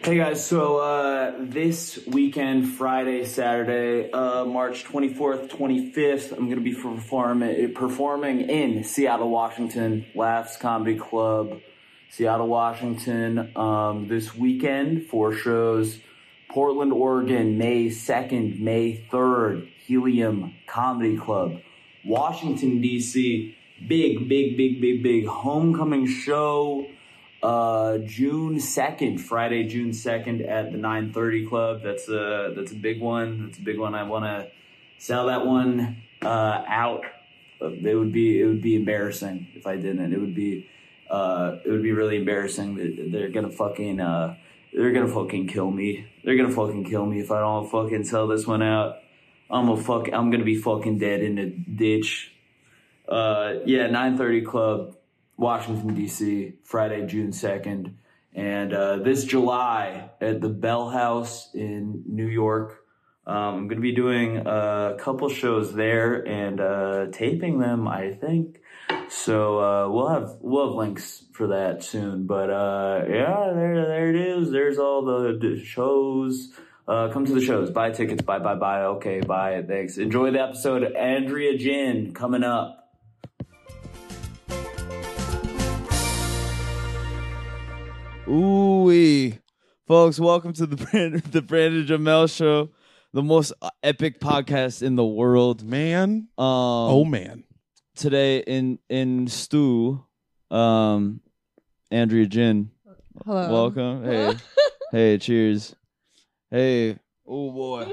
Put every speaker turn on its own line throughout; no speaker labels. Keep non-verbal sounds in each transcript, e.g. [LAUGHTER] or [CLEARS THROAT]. Hey guys, so uh, this weekend, Friday, Saturday, uh, March 24th, 25th, I'm going to be perform- performing in Seattle, Washington, Laughs Comedy Club, Seattle, Washington, um, this weekend. Four shows Portland, Oregon, May 2nd, May 3rd, Helium Comedy Club, Washington, D.C. Big, big, big, big, big homecoming show uh, June 2nd, Friday, June 2nd at the 930 Club. That's a, that's a big one. That's a big one. I want to sell that one uh, out. It would be it would be embarrassing if I didn't. It would be uh, it would be really embarrassing. They're gonna fucking uh, they're gonna fucking kill me. They're gonna fucking kill me if I don't fucking sell this one out. I'm a fuck. I'm gonna be fucking dead in the ditch. Uh, yeah, 930 Club, Washington, D.C., Friday, June 2nd. And uh, this July at the Bell House in New York, um, I'm going to be doing a couple shows there and uh, taping them, I think. So uh, we'll have we'll have links for that soon. But uh, yeah, there there it is. There's all the, the shows. Uh, come to the shows. Buy tickets. Buy buy buy. Okay, bye. Thanks. Enjoy the episode. Andrea Jin coming up.
Ooh, folks, welcome to the [LAUGHS] Brand- the Brandon Jamel Show, the most epic podcast in the world.
man.
Um,
oh man.
today in in Stu, um, Andrea Jin,
Hello.
welcome. Hey, hey, cheers. Hey, oh boy,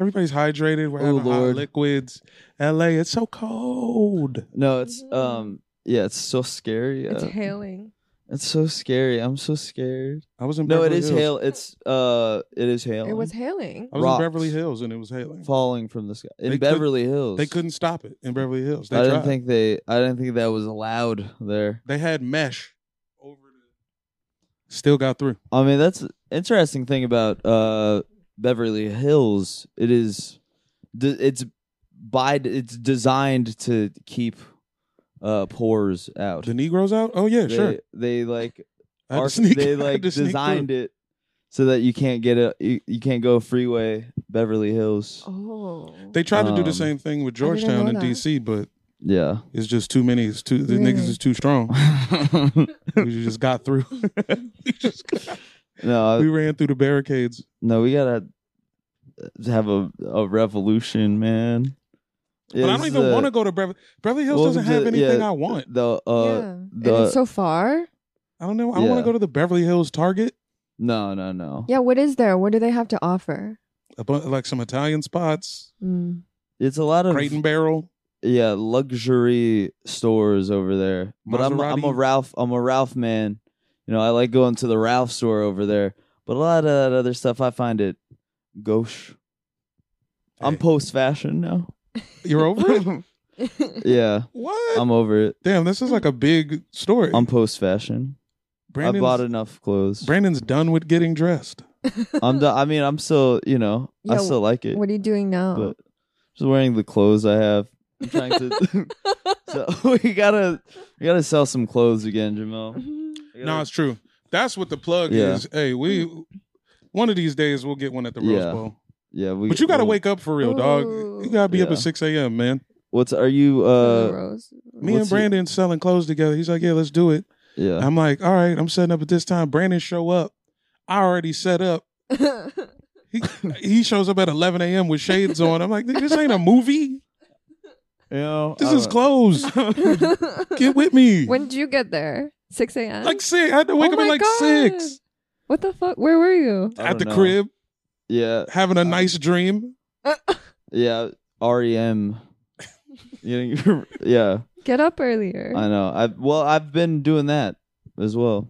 Everybody's hydrated. We're
Oh,
having hot
Lord.
liquids. LA, it's so cold.
no, it's
Mm-hmm.
um, yeah, it's so scary.
It's
uh,
hailing.
it's so scary. I'm so scared.
I was in
No,
Beverly
it is
Hills.
hail. It's uh, it is hail.
It was hailing.
I was
Rocks.
in Beverly Hills and it was hailing.
falling from the sky in
They could-
Beverly Hills.
They couldn't stop it in Beverly Hills. They
I
tried.
didn't think they. I didn't think that was allowed there.
they had mesh over the still got through.
I mean, that's an interesting thing about uh, Beverly Hills. It is, de- it's by it's designed to keep uh, pores out.
The Negroes out? Oh yeah,
they,
sure.
They like
I had to
arch-
sneak- [LAUGHS] I
they
had
like
to sneak
designed
through.
it so that you can't get a you, you can't go freeway Beverly Hills.
Oh.
They tried to do the
Um,
same thing with
didn't
Georgetown
know
and
that.
DC, but
Yeah. [LAUGHS]
it's just too many. It's too the
Really?
niggas is too strong. we just got through. [LAUGHS] we,
[LAUGHS]
just got-
no,
we
I-
ran through the barricades.
no, we gotta uh, have a a revolution, man.
but I don't even want to go to Beverly. Beverly Hills doesn't have anything I want.
The uh,
yeah. and
the
it's so far.
I don't know. I want
Yeah.
to go to the Beverly Hills Target,
no, no, no.
Yeah. What is there? What do they have to offer?
a bu- like some Italian spots,
[LAUGHS]
[LAUGHS]
Mm.
It's a lot of
Crate and Barrel.
yeah luxury stores over there. But I'm I'm a
Maserati.
Ralph I'm a Ralph man. You know I like going to the Ralph store over there. But a lot of that other stuff I find it gauche. I'm
Hey.
post fashion now.
You're
[LAUGHS]
over [LAUGHS] it.
Yeah,
What?
I'm over it.
Damn, this is like a big story.
I'm post fashion. I
Brandon's,
bought enough clothes.
Brandon's done with getting dressed.
I'm done. I mean I'm still you know I
Yeah,
still like it.
what are you doing now?
but just wearing the clothes I have. I'm trying to.
[LAUGHS]
so [LAUGHS] we gotta we gotta sell some clothes again, Jamel.
Mhm.
We gotta-
No, it's true. That's what the plug
Yeah.
is. Hey, we one of these days we'll get one at the Rose
Yeah.
Bowl.
yeah, we,
But you got to
well,
wake up for [LAUGHS] real, dog.
Ooh.
You got to be up
Yeah.
at 6 a.m., man.
What's are you? uh [LAUGHS]
Rose.
Me and
What's your-
Brandon selling clothes together. He's like, yeah, let's do it.
Yeah,
I'm like, all right, I'm setting up at this time. Brandon show up. I already set up. He, he shows up at 11 a.m. with shades on. I'm like, this ain't a
you
movie.
know,
This
I
is
don't-
clothes. Get with me.
when did you get there? 6 a.m.
like six. I had to wake
Oh
up at
my
like
God.
six
What the fuck? Where were you?
I
at
don't
the
know.
crib,
Yeah,
having a nice dream.
yeah. REM. You know, you're-
[LAUGHS]
yeah,
Get up earlier.
I know. I well, I've been doing that as well.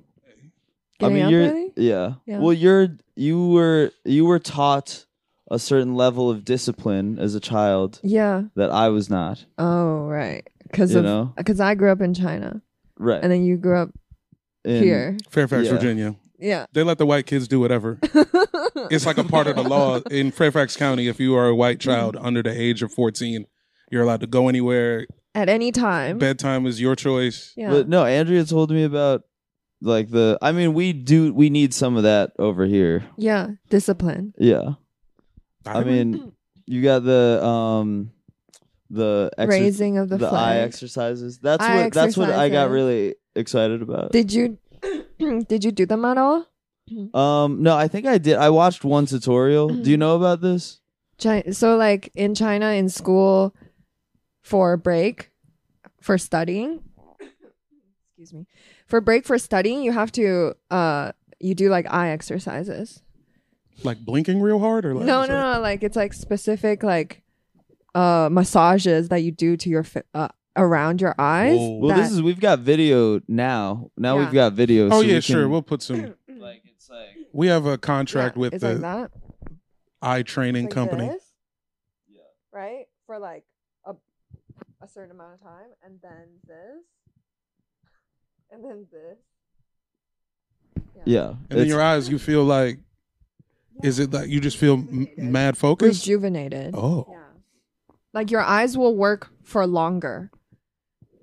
Getting
I mean,
up
you're
early?
yeah.
Yeah.
Well, you're you were you were taught a certain level of discipline as a child
Yeah.
that I was not.
Oh, right. Because
You
of
know?
because I grew up in China,
Right.
and then you grew up
And-
here.
Fairfax,
Yeah.
Virginia.
Yeah.
They let the white kids do
[LAUGHS]
whatever. it's like a part of the law in Fairfax County. If you are a white child
Mm-hmm.
under the age of 14, you're allowed to go anywhere.
At any time.
Bedtime is your choice.
yeah.
But no, Andrea told me about like the I mean, we do we need some of that over here.
yeah. Discipline.
Yeah. I
agree.
mean, you got the um the exer-
Raising of the,
the
flag.
eye exercises. That's
Eye
what that's what I got
exercises.
really excited about.
Did you [CLEARS THROAT] did you do them at all?
um no, I think I did. I watched one tutorial. Do you
Mm-hmm.
know about this?
Chi- so like in China in school for break for studying excuse me for break for studying you have to uh you do like eye exercises
like blinking real hard or like
no no no like it's like specific like uh massages that you do to your fi- uh, around your eyes
Whoa.
Oh. Well, this
that-
is we've got video now. Now
Yeah.
we've got video. so
Oh yeah,
we
sure.
can-
We'll put
[CLEARS THROAT]
some.
like it's like
We have a contract
Yeah,
with
it's
the
like that
eye training
like
company.
this, right for like a, a certain amount of time and then this and then this
yeah.
And in
it's-
your eyes, you feel like, is it like you just feel m- mad focused?
rejuvenated.
Oh,
Yeah. Like your eyes will work for longer.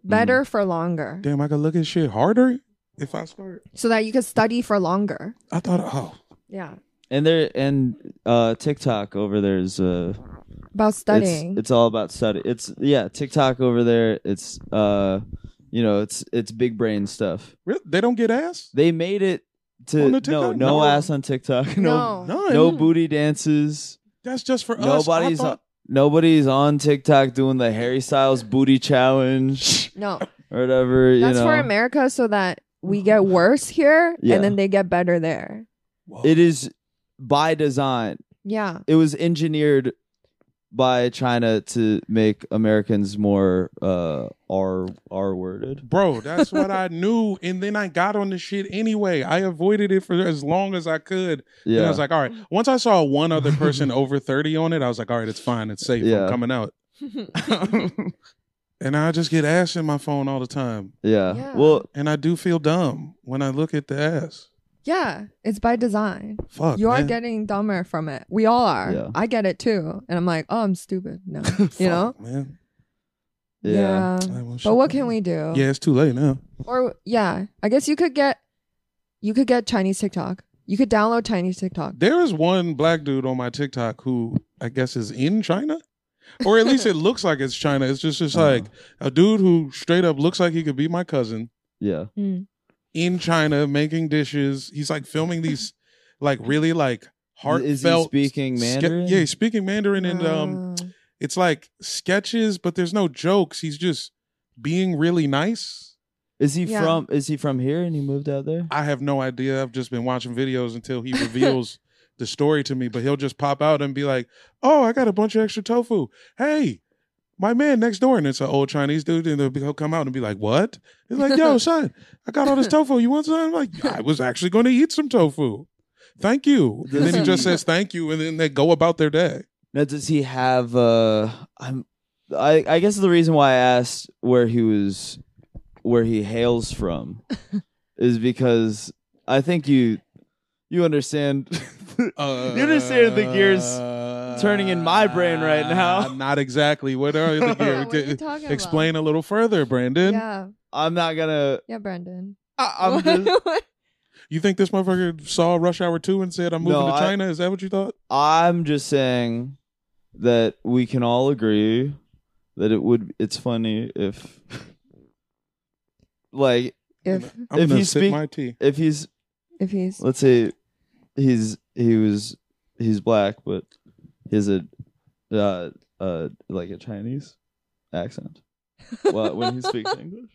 Better for longer.
damn! I could look at shit harder if I start.
So that you could study for longer.
I thought, oh,
Yeah.
and there and uh TikTok over there is uh
About studying.
It's, it's all about study. It's yeah, TikTok over there. It's uh, you know, it's it's big brain stuff.
really? they don't get ass.
They made it to
On the
no no,
TikTok? No.
ass on TikTok. [LAUGHS] No
no.
None.
no booty dances.
That's just for us. I
Nobody's on,
thought-
nobody's on TikTok doing the Harry Styles booty challenge
No.
or whatever.
That's
you know,
for America so that we get worse here
Yeah.
and then they get better there.
[LAUGHS] Whoa.
it is by design.
Yeah. [LAUGHS]
It was engineered by China to make Americans more uh r r worded.
Bro, that's what I knew. And then I got on the shit anyway. I avoided it for as long as I could.
Yeah.
And I was like, all right. Once I saw one other person [LAUGHS] over 30 on it, I was like, all right, it's fine. It's safe.
Yeah.
I'm coming out. [LAUGHS] and I just get ass in my phone all the time.
yeah.
Yeah.
Well,
And I do feel dumb when I look at the ass.
Yeah. It's by design.
Fuck.
You're
man.
getting dumber from it. We all are.
Yeah.
I get it too. And I'm like, oh, I'm stupid.
[LAUGHS]
No. you
Fuck,
know?
Man.
yeah.
I won't
But
shut
what
up.
can we do?
Yeah, it's too late now.
Or yeah, I guess you could get you could get Chinese TikTok. You could download Chinese TikTok.
There is one black dude on my TikTok who I guess is in China. Or at
[LAUGHS]
least it looks like it's China. It's just just
Uh-huh.
like a dude who straight up looks like he could be my cousin
Yeah.
in China making dishes. He's like filming
[LAUGHS]
these like really like heartfelt
Is he speaking
ske-
Mandarin?
yeah, he's speaking Mandarin and um
Uh,
it's like sketches, but there's no jokes. He's just being really nice.
Is he
Yeah.
from is he from here and he moved out there?
I have no idea. I've just been watching videos until
[LAUGHS]
he reveals the story to me, but he'll just pop out and be like, Oh, I got a bunch of extra tofu. Hey, my man next door, and it's an old Chinese dude, and they'll be- he'll come out and be like, What? He's
[LAUGHS]
like, Yo, son, I got all this tofu. You want some? I'm like, I was actually going to eat some tofu. Thank you. And then he just says thank you, and then they go about their day.
Now does he have uh I'm I, I guess the reason why I asked where he was where he hails from is because I think you you understand [LAUGHS]
Uh,
You understand the gears turning in my brain right now.
Uh, Not exactly. What
[LAUGHS]
are [LAUGHS] the
Oh. yeah,
gears?
what are you talking
Explain a little further,
About?
Brandon.
Yeah,
I'm not gonna
[LAUGHS]
yeah, Brandon.
I, I'm just,
You think this motherfucker saw Rush Hour 2 and said, I'm moving
No,
to
I-
China? Is that what you thought?
I'm just saying that we can all agree that it would it's funny if [LAUGHS] like
[LAUGHS] if
I'm
If
going
he
to sip
speak-
my tea.
if he's
[LAUGHS] if he's
let's say he's he was he's black but he's a uh uh like a chinese accent well when he
[LAUGHS]
speaks english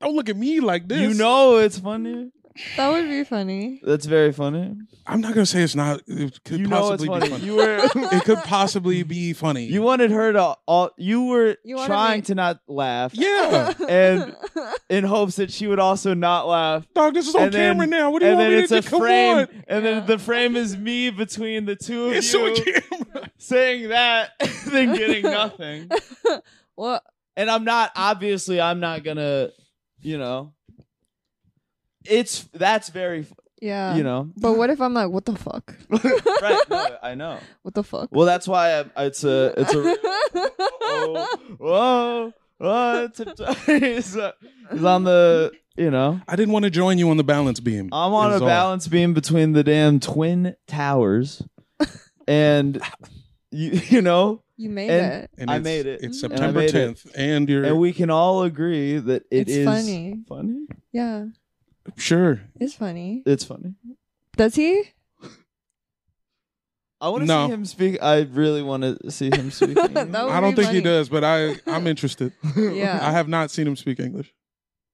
Don't look at me like this.
you know it's funny
That would be funny.
That's very funny.
I'm not gonna say it's not. It could
you know it's
possibly
funny.
be funny.
You
[LAUGHS]
were
it could possibly be funny.
you wanted her to all you were
You wanted
trying
me-
to not laugh [LAUGHS]
[LAUGHS]
yeah,
and in hopes that she would also not laugh.
dog. This is on
And then-
camera now. What do you
And
want
then
me
it's
to
a
do? Come
frame
on.
and then the frame is me between the two of
It's
you
on camera.
saying that [LAUGHS] then
[LAUGHS]
getting nothing.
Well,
and I'm not obviously I'm not gonna, you know. It's that's very
yeah.
you know
But what if I'm like, what the fuck?
Uh. [LAUGHS] right. No, I know.
What the
[LAUGHS]
fuck?
Well, that's why I, it's a it's [LAUGHS] a
Oh,
whoa whoa, whoa [LAUGHS] tiptoe is uh, is on the you know
I didn't want to join you on the balance beam.
I'm on
Is
a
all.
balance beam between the damn twin towers, and you [LAUGHS] you know
you made
And-
it.
And
I
it's-
made it.
It's
And I
September
made it.
10th, and you're
and we can all agree that it
it's
is
funny.
funny.
Yeah,
sure.
it's funny.
It's funny.
Does he?
I want to
No.
see him speak. I really want to see
[LAUGHS]
him speak.
That would
I don't
be
think he
funny.
does, but I
[LAUGHS]
I'm interested.
Yeah.
I have not seen him speak English.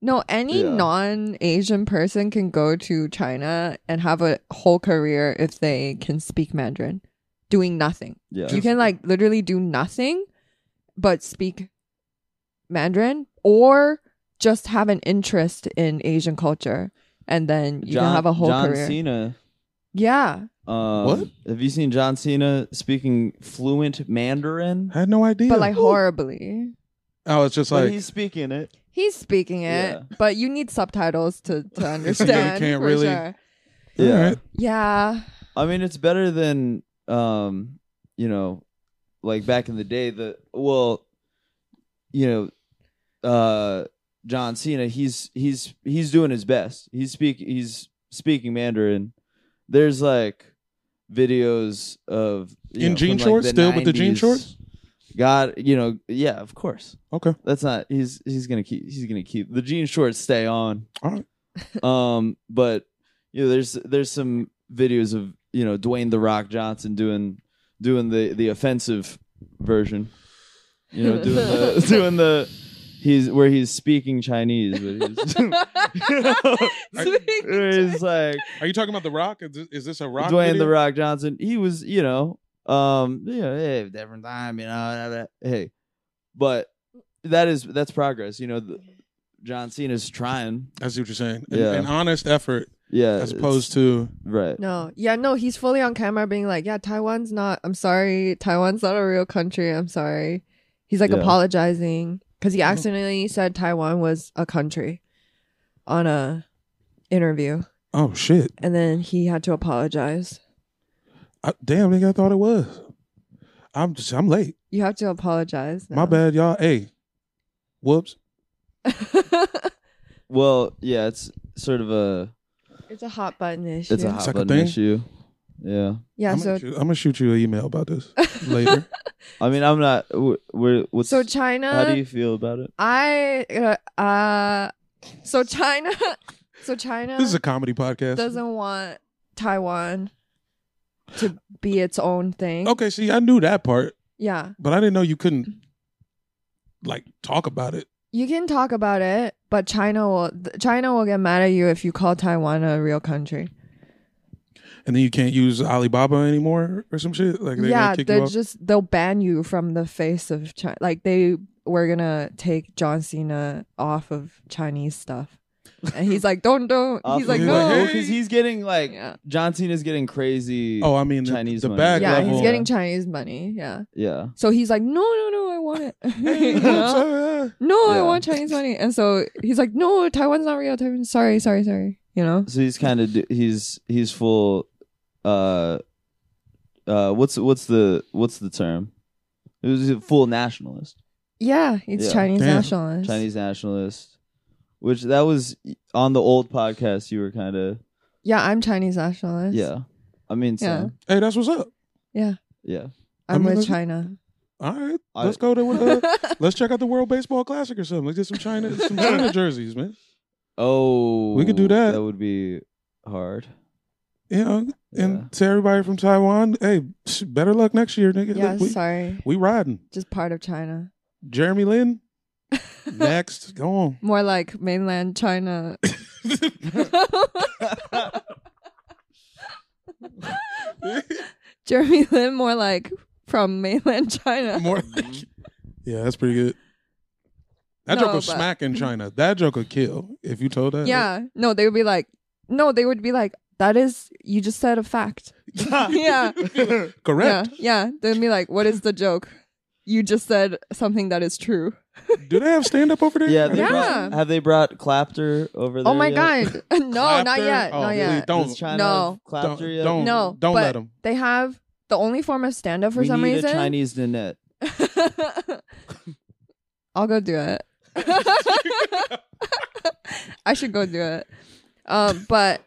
No, any
Yeah.
non Asian person can go to China and have a whole career if they can speak Mandarin, doing nothing.
yeah.
You can like literally do nothing but speak Mandarin or just have an interest in Asian culture and then you can have a whole
John
career.
Cena.
Yeah.
Um,
What?
Have you seen John Cena speaking fluent Mandarin?
I had no idea.
But like horribly.
oh, it's just
But
like
he's speaking it.
He's speaking it,
Yeah.
but you need subtitles to,
[LAUGHS]
to understand.
can't
for
really-
sure.
all
Yeah.
right.
Yeah.
I mean, it's better than, um, you know, like back in the day. The well, you know, uh, John Cena. He's he's he's doing his best. He's speak he's speaking Mandarin. There's like videos of you
In
know,
jean
from, like,
shorts?
the
Still with the jean
90s.
shorts?
God, you know, yeah, of course.
Okay.
That's not he's he's gonna keep he's gonna keep the jean shorts stay on.
All right.
[LAUGHS] Um, but you know, there's there's some videos of you know Dwayne the Rock Johnson doing doing the the offensive version. You know, doing the doing the he's where he's speaking Chinese, but [LAUGHS]
[LAUGHS]
he's, where he's like
Are you talking about the Rock? Is this, is this a Rock?
Dwayne
video?
the Rock Johnson. He was, you know, um, you know, hey, different time, you know, blah, blah, blah. hey, but that is that's progress. You know, the, John Cena's trying.
I see what you're saying. An,
Yeah.
an honest effort
Yeah,
as opposed to
to right.
No, yeah, no, he's fully on camera being like, yeah, Taiwan's not, I'm sorry, Taiwan's not a real country, I'm sorry. He's like
Yeah.
apologizing because he accidentally said Taiwan was a country on a interview,
oh shit,
and then he had to apologize.
I, damn nigga, I thought it was. I'm just I'm late.
You have to apologize.
My bad, y'all. Hey, whoops.
bad.
Well, yeah, it's sort of a
[LAUGHS] it's a hot button issue.
it's a hot
Suck a
button
thing.
issue. Yeah,
yeah,
I'm,
so
gonna shoot, I'm gonna shoot you an email about
[LAUGHS]
this later.
I mean, I'm not. w- We're what's
so China.
how do you feel about it?
I uh, uh, so China, [LAUGHS] so China.
this is a comedy podcast.
doesn't want Taiwan to be its own thing.
okay, see, I knew that part,
Yeah.
but I didn't know you couldn't like talk about it.
You can talk about it, but China will th- China will get mad at you if you call Taiwan a real country.
And then you can't use Alibaba anymore or some shit. Like they're
yeah,
gonna kick you
they're
off.
just they'll ban you from the face of China. Like they were gonna take John Cena off of Chinese stuff, and he's like, "Don't, don't." he's like,
of-
"No."
He's like,
because he's getting like
Yeah.
John Cena's getting crazy.
oh, I mean the,
Chinese
the
money.
bag
yeah,
level.
he's
[LAUGHS]
getting Chinese money. Yeah,
yeah,
so he's like, "No, no, no, I want it." [LAUGHS]
Hey, [LAUGHS]
You
whoops,
know? [LAUGHS]
uh,
no, I
Yeah.
want Chinese money. And so he's like, no, Taiwan's not real. Taiwan, sorry, sorry, sorry. You know?
So he's kind of he's he's full. Uh, uh, what's what's the what's the term? It was a full nationalist,
Yeah, it's
Yeah.
Chinese
Damn.
nationalist.
Chinese nationalist, which that was on the old podcast. You were kind of
Yeah, I'm Chinese nationalist.
yeah. I mean, so,
hey, that's what's up.
yeah,
I'm
I mean, that's-
with China.
All right,
I-
let's go to
[LAUGHS]
uh, let's check out the World Baseball Classic or something. Let's get some China some China jerseys, man.
Oh,
We could do that.
That would be hard.
You know, and to everybody from Taiwan, hey, sh- better luck next year, nigga.
yeah,
Look, we,
sorry.
we riding.
[LAUGHS] Just part of China.
Jeremy Lin, Next, go
[LAUGHS]
on.
More like mainland China. [COUGHS] Jeremy Lin, more like from mainland China.
More. yeah, that's pretty good. That
Mm-hmm. No,
joke was
but-
smack in China. That joke would kill if you told that. [LAUGHS]
Yeah. No, they would be like, no, they would be like, that is, you just said a fact. yeah. Yeah.
[LAUGHS] Correct.
Yeah. They'd be like, what is the joke? You just said something that is true.
Do they have stand up over there?
Yeah, they
Yeah.
Brought, have they brought Clapter over there?
Oh my
yet?
god. [LAUGHS] no, not
Clapter?
yet.
Oh,
not
really?
yet.
Does
Don't.
China
No.
have Clapter
Don't,
yet?
don't,
No,
don't
but
let them.
They have the only form of stand up for
we
some
need
reason.
a Chinese Nanette.
[LAUGHS] I'll go do it. [LAUGHS] I should go do it. Um, but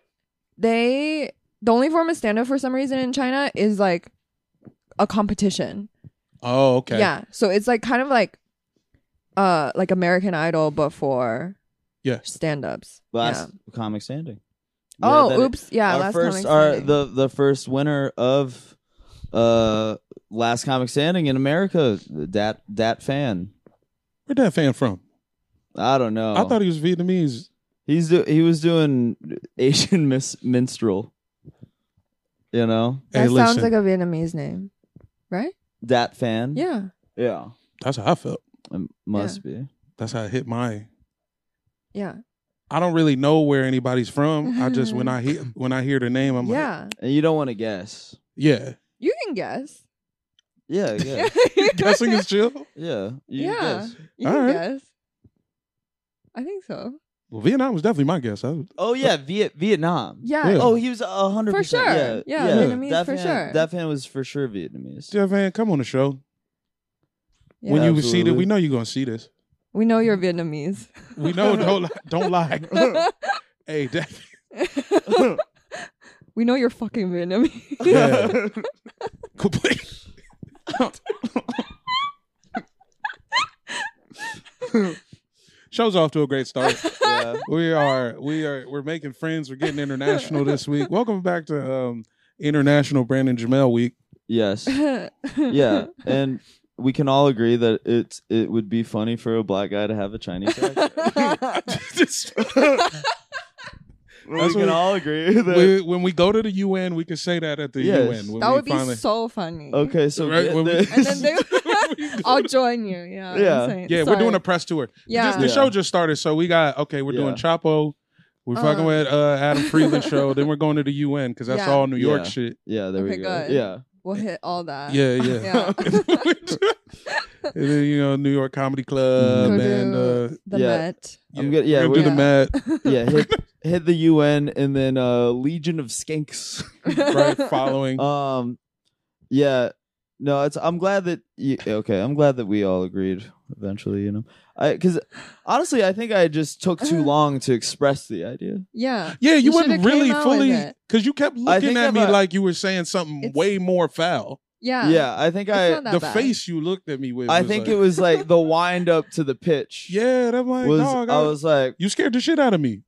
they the only form of stand up for some reason in China is like a competition.
Oh, okay.
Yeah. So it's like kind of like uh like American Idol but for
Yeah.
stand ups. Yeah.
Last comic standing. We had that-
Oh, oops. Yeah,
our
last
first,
comic
our
Standing.
the the first winner of uh last comic standing in America. Dat Dat fan.
Where'd that fan from?
I don't know.
I thought he was Vietnamese.
he's do- he was doing Asian [LAUGHS] mis- minstrel. You know
that
hey,
sounds
listen,
like a Vietnamese name. Right?
Dat fan.
Yeah.
yeah.
that's how I felt.
It must be.
That's how I hit my.
Yeah.
I don't really know where anybody's from. I just when I hear when I hear the name, I'm like,
yeah.
And you don't want to guess.
yeah.
You can guess.
Yeah, yeah,
[LAUGHS]
[LAUGHS]
Guessing is chill.
yeah. You
Yeah.
guess.
You
All
can
right.
guess. I think so.
Well, Vietnam was definitely my guess. I was,
Oh yeah, Viet- Vietnam.
Yeah.
Yeah.
Oh, he was a hundred
For
percent.
sure.
Yeah,
Yeah, Vietnamese
That
for
fan-
sure.
That fan was for sure Vietnamese.
Jeff Van, come on the show.
Yeah.
When you see
Absolutely.
this, we know you're gonna see this.
we know you're Vietnamese.
We know. Don't li- don't
[LAUGHS]
lie. hey, that,
we know you're fucking Vietnamese.
[LAUGHS] yeah. Complete- Show's off to a great
[LAUGHS]
start.
Yeah.
we are we are we're making friends we're getting international this week welcome back to um international brandon jamel
[LAUGHS]
week [LAUGHS]
[LAUGHS]
Yes. Yeah. And we can all agree that it's it would be funny for a black guy to have a
[LAUGHS]
Chinese accent.
Just-
we
That's
can
what-
all
[LAUGHS]
agree that.
we, when we go to the un we can say that at the
Yes.
un when
that
we
would be
finally-
so funny.
okay, so
Right,
get
[LAUGHS] when we-
this.
[LAUGHS] And
[LAUGHS]
then they I'll join you. Yeah. I'm
Yeah.
saying-
yeah
Oh, sorry.
we're doing a press tour
Yeah.
Just- the
Yeah.
show just started so we got okay we're doing
Yeah.
chapo we're fucking
Uh.
with uh, Adam Freeland
[LAUGHS]
show. Then we're going to the UN because that's
Yeah.
all New York
Yeah.
shit.
yeah, there we
Okay,
go.
good.
Yeah.
we'll hit all that.
Yeah, yeah.
Uh,
[LAUGHS]
Yeah. [LAUGHS]
and then you know New York Comedy Club
Go do
and uh,
the
yeah.
Met.
Mm-hmm. I'm gonna- yeah,
we're
we're-
gonna do the Met.
[LAUGHS]
Yeah, hit hit the UN and then uh Legion of
[LAUGHS]
Skinks.
right following
Um, yeah, no, it's. I'm glad that you. Okay, I'm glad that we all agreed eventually. You know, I because honestly, I think I just took
[LAUGHS]
too long to express the idea.
Yeah.
yeah you,
You
wouldn't
should've came
really
out
fully
with it.
because you kept looking
think
at
I'm
me
a-
like you were saying something
It's-
way more foul
Yeah.
Yeah, I think
It's
I.
not that
the
bad.
face you looked at me with
I
was
think
like,
it was like the wind up to the pitch.
yeah that like
was
dog,
I was like,
you scared the shit out of me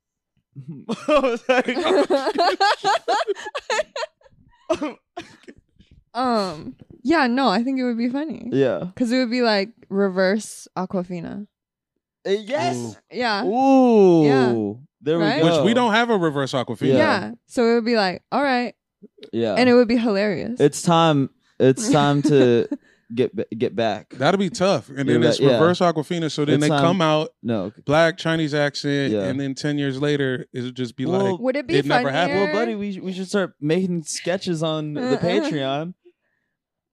[LAUGHS] I was like
um. Yeah. No, I think it would be funny.
yeah,
Because it would be like reverse Aquafina.
Uh, yes,
Yeah.
ooh,
Yeah.
there we
Right?
go.
which we don't have a reverse
"Oh."
aquafina
yeah.
Yeah.
So it would be like, all right.
Yeah,
And it would be hilarious.
it's time.
[LAUGHS]
It's time to get ba- get back.
that'll be tough and then
Yeah,
it's
yeah.
reverse aquafina so then
It's,
they
um,
come out
No,
black chinese accent
Yeah.
and then 10 years later it'll just be
Well,
like
would it be
it never
funnier?
happened.
Well, buddy, we we should start making sketches on the
[LAUGHS] Uh-uh.
Patreon.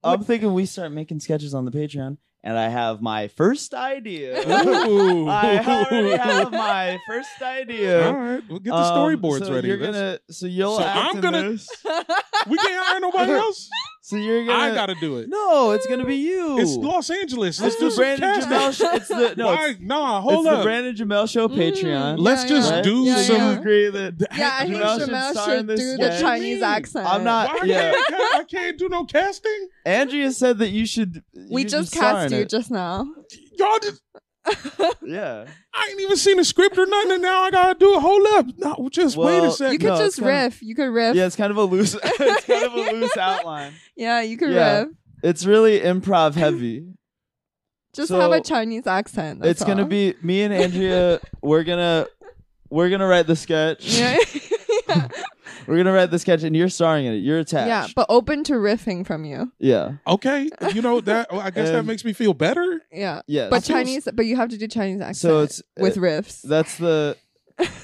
I'm thinking we start making sketches on the Patreon, and I have my first [LAUGHS]
[LAUGHS]
idea.
Ooh.
I
[LAUGHS]
already have
all
my first idea.
right we'll get the
Um,
storyboards
so
ready
You're
Let's-
gonna, so you'll
So
act
I'm
in
gonna-
this.
we can't
[LAUGHS]
hire nobody else
So you're gonna.
i gotta do it
No, it's gonna be you.
It's Los Angeles. Let's
It's
do
the
some
Brandon
casting.
Jamel. Show. It's the no.
Why?
It's,
Nah,
it's
hold
the
up.
Brandon Jamel Show
Mm,
Patreon.
yeah,
Let's just
yeah.
Right?
do
Yeah,
so
some.
you
yeah.
agree that
Yeah, I think
Jamel should
Shamel
star in
should
this
do the
sketch.
Chinese
What do you mean?
accent.
I'm not-
Why
Yeah.
can't I ca- I can't do no casting.
Andrea said that you should.
We
you should
just
star
cast
in
you
it.
just now.
Y'all just.
Yeah.
I ain't even seen a script or nothing, and now I gotta do it. Hold up. No, just wait
Well,
a second.
You could
No,
just
it's kinda-
riff. You could riff.
Yeah, it's kind of a loose. [LAUGHS] it's kind of
[LAUGHS]
a loose outline.
Yeah, you could
Yeah.
riff.
It's really improv heavy.
Just
So,
have a Chinese accent. that's
it's gonna
all.
be me and Andrea. we're gonna we're gonna write the sketch.
yeah. [LAUGHS]
[LAUGHS]
yeah.
We're gonna write the sketch, and you're starring in it. You're attached.
Yeah, but open to riffing from you.
yeah,
Okay, you know that. well, I guess that
Um,
makes me feel better.
Yeah.
yeah.
But
So-
Chinese, but you have to do Chinese accent
So it's
with
uh,
riffs.
that's the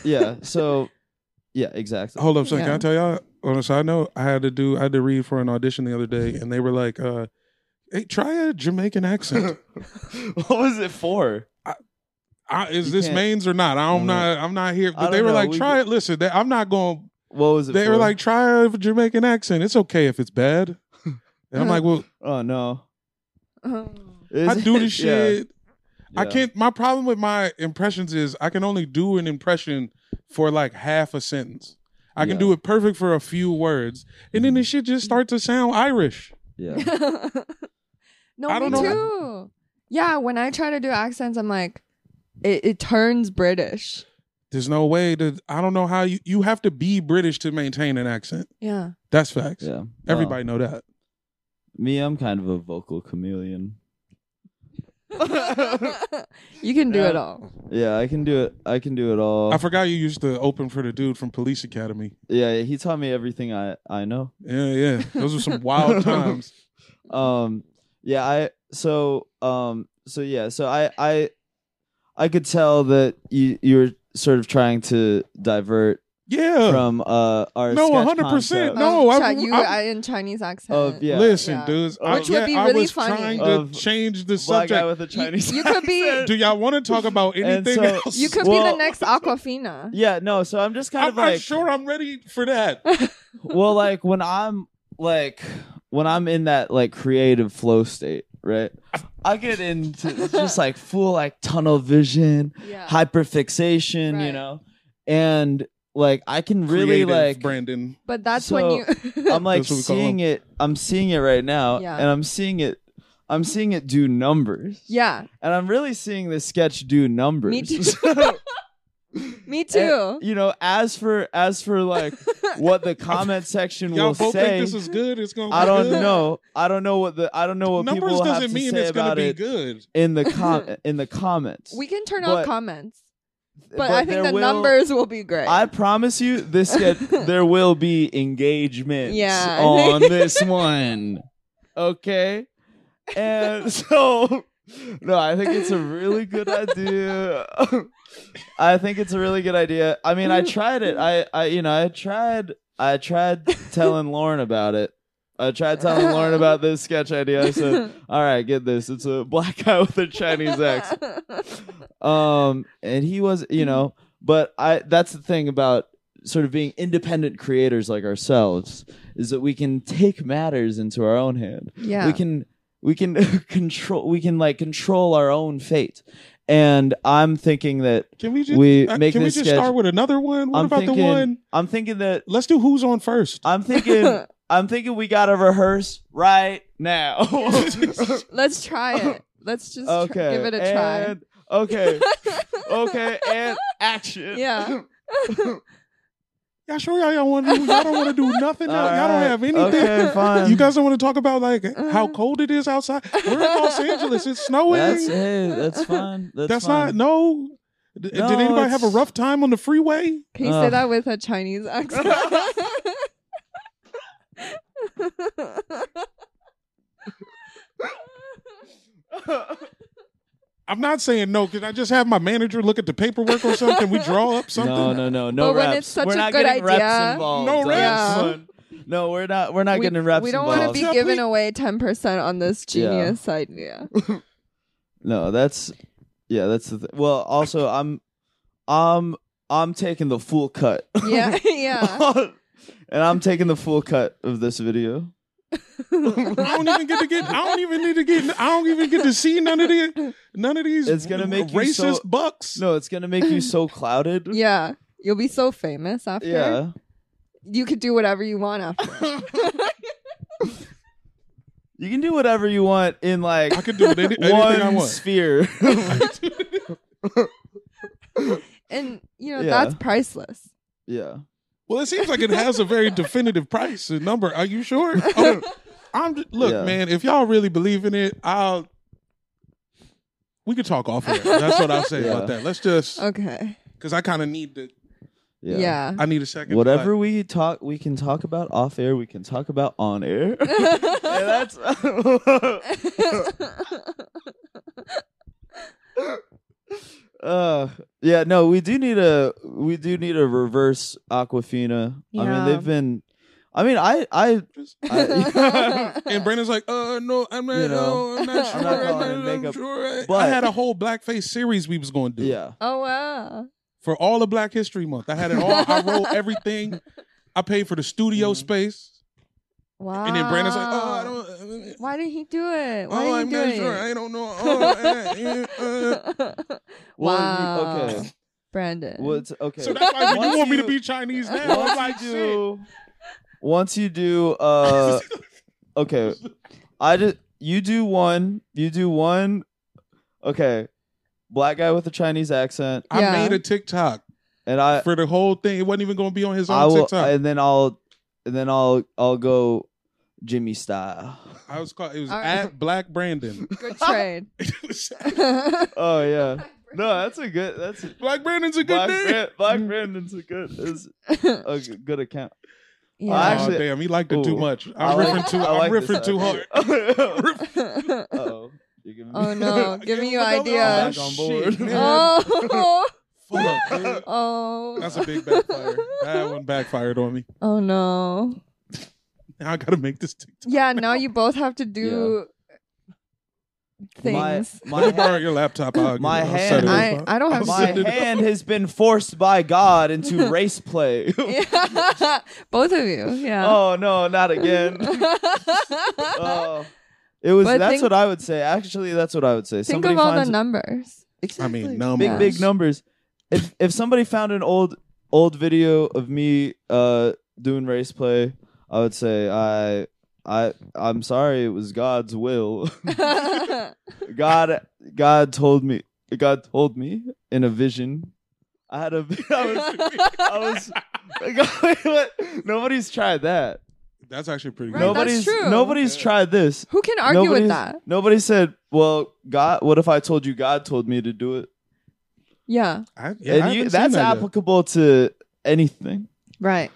yeah. So yeah, exactly.
Hold up, so can
Yeah.
I tell y'all on a side note? I had to do. I had to read for an audition the other day, and they were like, uh, "Hey, try a
[LAUGHS]
Jamaican accent.
what was it for?
I, is
You
this
can't-
mains or not? I'm
don't
not. I'm not here."
I
But they
don't
were
know,
like,
we
"Try
could-
it. Listen, that, I'm not going."
What was it?
They
for?
were like, try a Jamaican accent. It's okay if it's bad. And I'm like, well,
oh no, [LAUGHS]
Um,
Is
I do
it-
this
[LAUGHS] yeah,
shit. I
yeah.
can't. My problem with my impressions is I can only do an impression for like half a sentence. I can
Yeah. Mm-hmm.
do it perfect for a few words, and then this shit just starts to sound Irish. [LAUGHS]
Yeah.
no,
I
me
don't
too.
know.
Yeah, when I try to do accents, I'm like, it, it turns British.
There's no way to. I don't know how you you have to be British to maintain an accent.
Yeah. [LAUGHS]
That's facts.
Yeah. Uh,
Everybody know that.
Me, I'm kind of a vocal chameleon.
you can do it all.
Yeah, I can do it. I can do it all.
I forgot you used to open for the dude from Police Academy.
yeah, he taught me everything I I know.
Yeah, yeah. Those were some
[LAUGHS]
wild times.
um yeah i so um so yeah so i i i could tell that you you were sort of trying to divert
Yeah.
from uh our
No,
sketch
100%.
concept
No,
Um,
I-
Chi- you
I-
I, in Chinese accent.
of yeah
Listen,
Yeah.
dudes,
Which
I,
would
yeah,
be
I
really
was
funny.
trying
Of
to change the
black guy
subject.
with a chinese
you could be-
accent.
Do y'all want to talk
[LAUGHS]
about
And
anything
so-
else?
You could be
Well-
the
[LAUGHS]
next Aquafina.
yeah no so i'm just kind
I'm
of
not
like
sure I'm ready for that.
[LAUGHS]
well like when i'm like when i'm in that like creative flow state right i get into just like full like tunnel vision
Yeah.
hyperfixation, you
Right.
know, and like I can really
Creative,
like
Brandon.
But that's
So,
when you. [LAUGHS]
I'm like
That's what we call
seeing it. I'm seeing it right now,
Yeah.
and I'm seeing it. I'm seeing it do numbers,
yeah.
and I'm really seeing this sketch do numbers.
Me too.
[LAUGHS] So,
Me too.
you know, as for as for like what the comment section
Y'all
will
both
say,
think this is good. It's gonna. Be
I don't
good?
know. I don't know what the I don't know what
Numbers
people have
doesn't
to
mean
say
it's gonna
about
be
it
good.
in the com in the comments.
We can turn
But-
off comments. But, I think
there
the
will-
numbers will be great.
I promise you, this get, there will be engagement
Yeah, I
on
think-
this one. Okay, and [LAUGHS] so no, I think it's a really good idea. [LAUGHS] I think it's a really good idea. I mean, I tried it. I, I, you know, I tried. I tried telling Lauren about it. I tried telling Lauren about this sketch idea. I
[LAUGHS]
said, "All right, get this. It's a black guy with a Chinese accent." um and he was you know but i that's the thing about sort of being independent creators like ourselves is that we can take matters into our own hand
yeah.
we can we can [LAUGHS] control we can like control our own fate and i'm thinking that
Can we just
We
uh,
make
Can we
this
just
sketch-
start with another one? What
i'm
about
thinking
the one?
i'm thinking that
Let's do who's
[LAUGHS]
on first. [LAUGHS]
i'm
[LAUGHS]
thinking i'm thinking we gotta rehearse right now
[LAUGHS] Let's try it.
[LAUGHS]
Let's just tr-
okay
give it a
and-
[LAUGHS]
okay okay and action
try.
[LAUGHS]
Yeah.
Y'all sure y'all, y'all want to do? Y'all don't want to do nothing. Y'all, y'all
Alright,
don't have anything.
okay fine
You guys don't want to talk about like
Uh-huh.
how cold it is outside. We're in Los Angeles. It's snowing.
That's hey,
[LAUGHS]
that's fine. That's,
That's
fine.
not no. D-
No,
Did anybody have a
it's-
rough time on the freeway?
Can you
Ugh.
say that with a
[LAUGHS]
Chinese accent?
I'm not saying no. Could I just have my manager look at the paperwork or something? we draw up something?
[LAUGHS] No, no, no, no
But when
reps.
it's such
we're
a
not
good
getting
idea-
reps involved.
No
on
reps.
this one. No, we're not. We're not
we,
getting reps.
we don't
want
want
to
to be
Yeah,
giving
please.
away 10% on this
Yeah. [LAUGHS]
genius idea.
No, that's yeah. That's the th- well. Also, I'm, I'm, I'm taking the full cut.
Yeah. [LAUGHS] Yeah.
[LAUGHS] and I'm taking the full cut of this video.
[LAUGHS] I don't even get to get. I don't even need to get. I don't even get to see none of the none of these.
It's gonna make you
racist
so-
bucks.
No, it's gonna make you so clouded.
Yeah. You'll be so famous after.
Yeah.
You could do whatever you want after.
You can do whatever you want in like
I could do
[LAUGHS]
it any, anything
one
I want.
sphere. [LAUGHS]
and, you
Yeah.
know, that's priceless.
yeah.
[LAUGHS] Well, it seems like it has a very definitive price and number. Are you sure? [LAUGHS] Oh, I'm just, look,
Yeah.
man. If y'all really believe in it, I'll. we could talk off air. That's what I'll say
Yeah.
about that. Let's just
Okay.
because I kind of need the
Yeah.
I need a second.
Whatever we talk, we can talk about off air. We can talk about on air. Yeah, that's [LAUGHS] uh, yeah. No, we do need a we do need a reverse Aquafina. I mean,
Yeah.
they've been. I mean, I I. I
[LAUGHS]
[LAUGHS]
And Brandon's like, uh, no, I'm not,
You know,
no,
[LAUGHS]
I'm not sure.
I'm
I'm
not
not,
calling it
I'm
makeup,
sure. I
but-
had a whole blackface series we was going to do
yeah.
oh wow.
for all of Black History Month. I had it all. I
[LAUGHS]
wrote everything. I paid for the studio
Mhm.
space.
Wow.
And then Brandon's like,
Ah.
oh, I don't. uh,
Why did he do it? Why
oh,
did
I'm
he
not
do
sure.
it?
I don't know.
[LAUGHS]
Oh, uh, uh, uh.
Well,
wow.
you- okay.
Brandon.
Well, it's okay.
So that's why when
Once
you want me to
you-
be Chinese now.
once
I'm like,
you
shit.
do, once you
[LAUGHS]
do, uh, okay, I just you do one, you do one, okay, black guy with a Chinese accent,
I
Yeah.
made a TikTok
and I,
for the whole thing. It wasn't even going to be on his own
I will,
TikTok. I,
and then I'll, and then I'll, I'll go Jimmy style.
was called. It was
All right.
at Black
[LAUGHS]
Brandon.
Good trade.
It was-
Oh
[LAUGHS]
yeah, no, that's a good, that's a,
Black Brandon's a good
black,
name.
Brand, black Brandon's a good,
[LAUGHS]
is a g- good account.
Oh,
yeah. [LAUGHS]
actually-
damn, he liked it too
Ooh.
much.
I
I'm
like-
riffing too.
I
I'm
like this
riffing too hard.
idea. [LAUGHS]
uh,
Uh-oh. You're giving me-
[LAUGHS]
oh no.
I
Give me
gave
your
him another-
idea. [LAUGHS]
Back on board. [LAUGHS]
Shit, [LAUGHS] man. [LAUGHS]
Oh.
Fuck, dude.
oh.
That's a big backfire. That one backfired on me.
[LAUGHS] Oh no.
Now I gotta make this TikTok.
Yeah, now you both have to do
My-
[LAUGHS]
things. [LAUGHS]
my
Let me borrow
hand-
your laptop.
[LAUGHS]
I'll
My
I'll
hand-
set it
I,
up.
I don't have
My [LAUGHS]
Set it up.
hand has been forced by God into race
[LAUGHS]
play.
Yeah. Both of you. Yeah.
oh no, not
[LAUGHS]
again.
Uh,
Oh. it was
But
that's
think-
what I would say. Actually, that's what I would say.
Think
somebody
of all the
finds
[LAUGHS]
numbers. [LAUGHS]
I mean, numbers.
big big numbers. If if somebody found an old old video of me uh doing race play, I would say I I I'm sorry it was God's will. [LAUGHS] God God told me God told me in a vision. I had a [LAUGHS] I was I
[LAUGHS]
was. [LAUGHS] nobody's tried that.
That's actually pretty
Right,
good.
that's
nobody's
true.
nobody's tried this.
Who can argue
nobody's,
with that?
Nobody said, "Well, God, what if I told you God told me to do it?"
Yeah.
I, yeah, I
and you,
haven't
that's
seen that yet.
applicable to anything.
Right.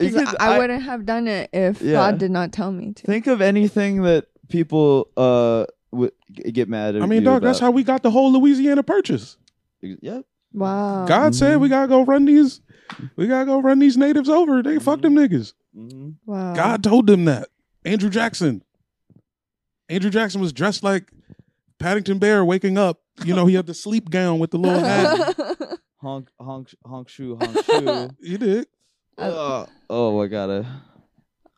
You
'Cause
could-
I,
I-
wouldn't have done it if
Yeah.
God did not tell me to.
think of anything that people uh would g- get mad at.
I mean,
you
dog, that's how
about.
we got the whole Louisiana purchase.
Yeah,
Wow.
God said
Mhm.
we gotta go run these, we gotta go run these natives over. They fuck them niggas.
hmm
Wow. [LAUGHS]
God told them that. Andrew Jackson. Andrew Jackson was dressed like Paddington Bear waking up. You know, he had the sleep gown with the
[LAUGHS]
little hat.
honk, honk, honk, shoe, honk, [LAUGHS]
[LAUGHS]
shoe.
He did.
Ugh. oh, I gotta.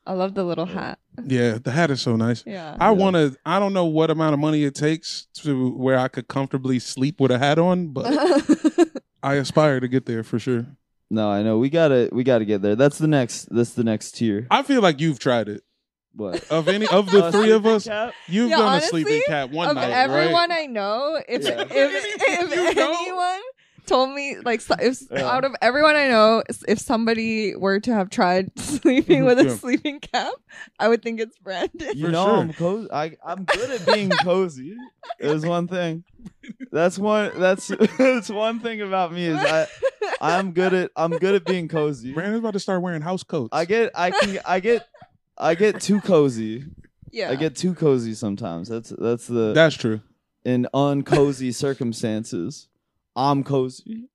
I love the little hat.
Yeah, the hat is so nice.
[LAUGHS] Yeah.
I want to. I don't know what amount of money it takes to where I could comfortably sleep with a hat on,
[LAUGHS]
but I aspire to get there for sure.
No, I know we gotta we gotta get there. That's the next. That's the next tier.
I feel like you've tried it.
What?
Of any of the
Uh,
three of
sleeping [LAUGHS]
us,
cap?
you've
Yeah,
done a
honestly,
sleeping cat one
of
night,
everyone
right?
I know, if
Yeah.
if, if
You know?
anyone told me like so- if
Yeah.
out of everyone I know, s- if somebody were to have tried [LAUGHS] sleeping with
Yeah.
a sleeping cap, I would think it's Brandon.
[LAUGHS]
[LAUGHS]
You
For
know
sure.
I'm cozy. I I'm good at being cozy. Is one thing. That's one. That's [LAUGHS] that's one thing about me is I I'm good at I'm good at being cozy.
Brandon's about to start wearing house coats.
I get I can I get I get too cozy.
Yeah.
I get too cozy sometimes. That's that's the
That's true.
in uncozy circumstances. I'm cozy.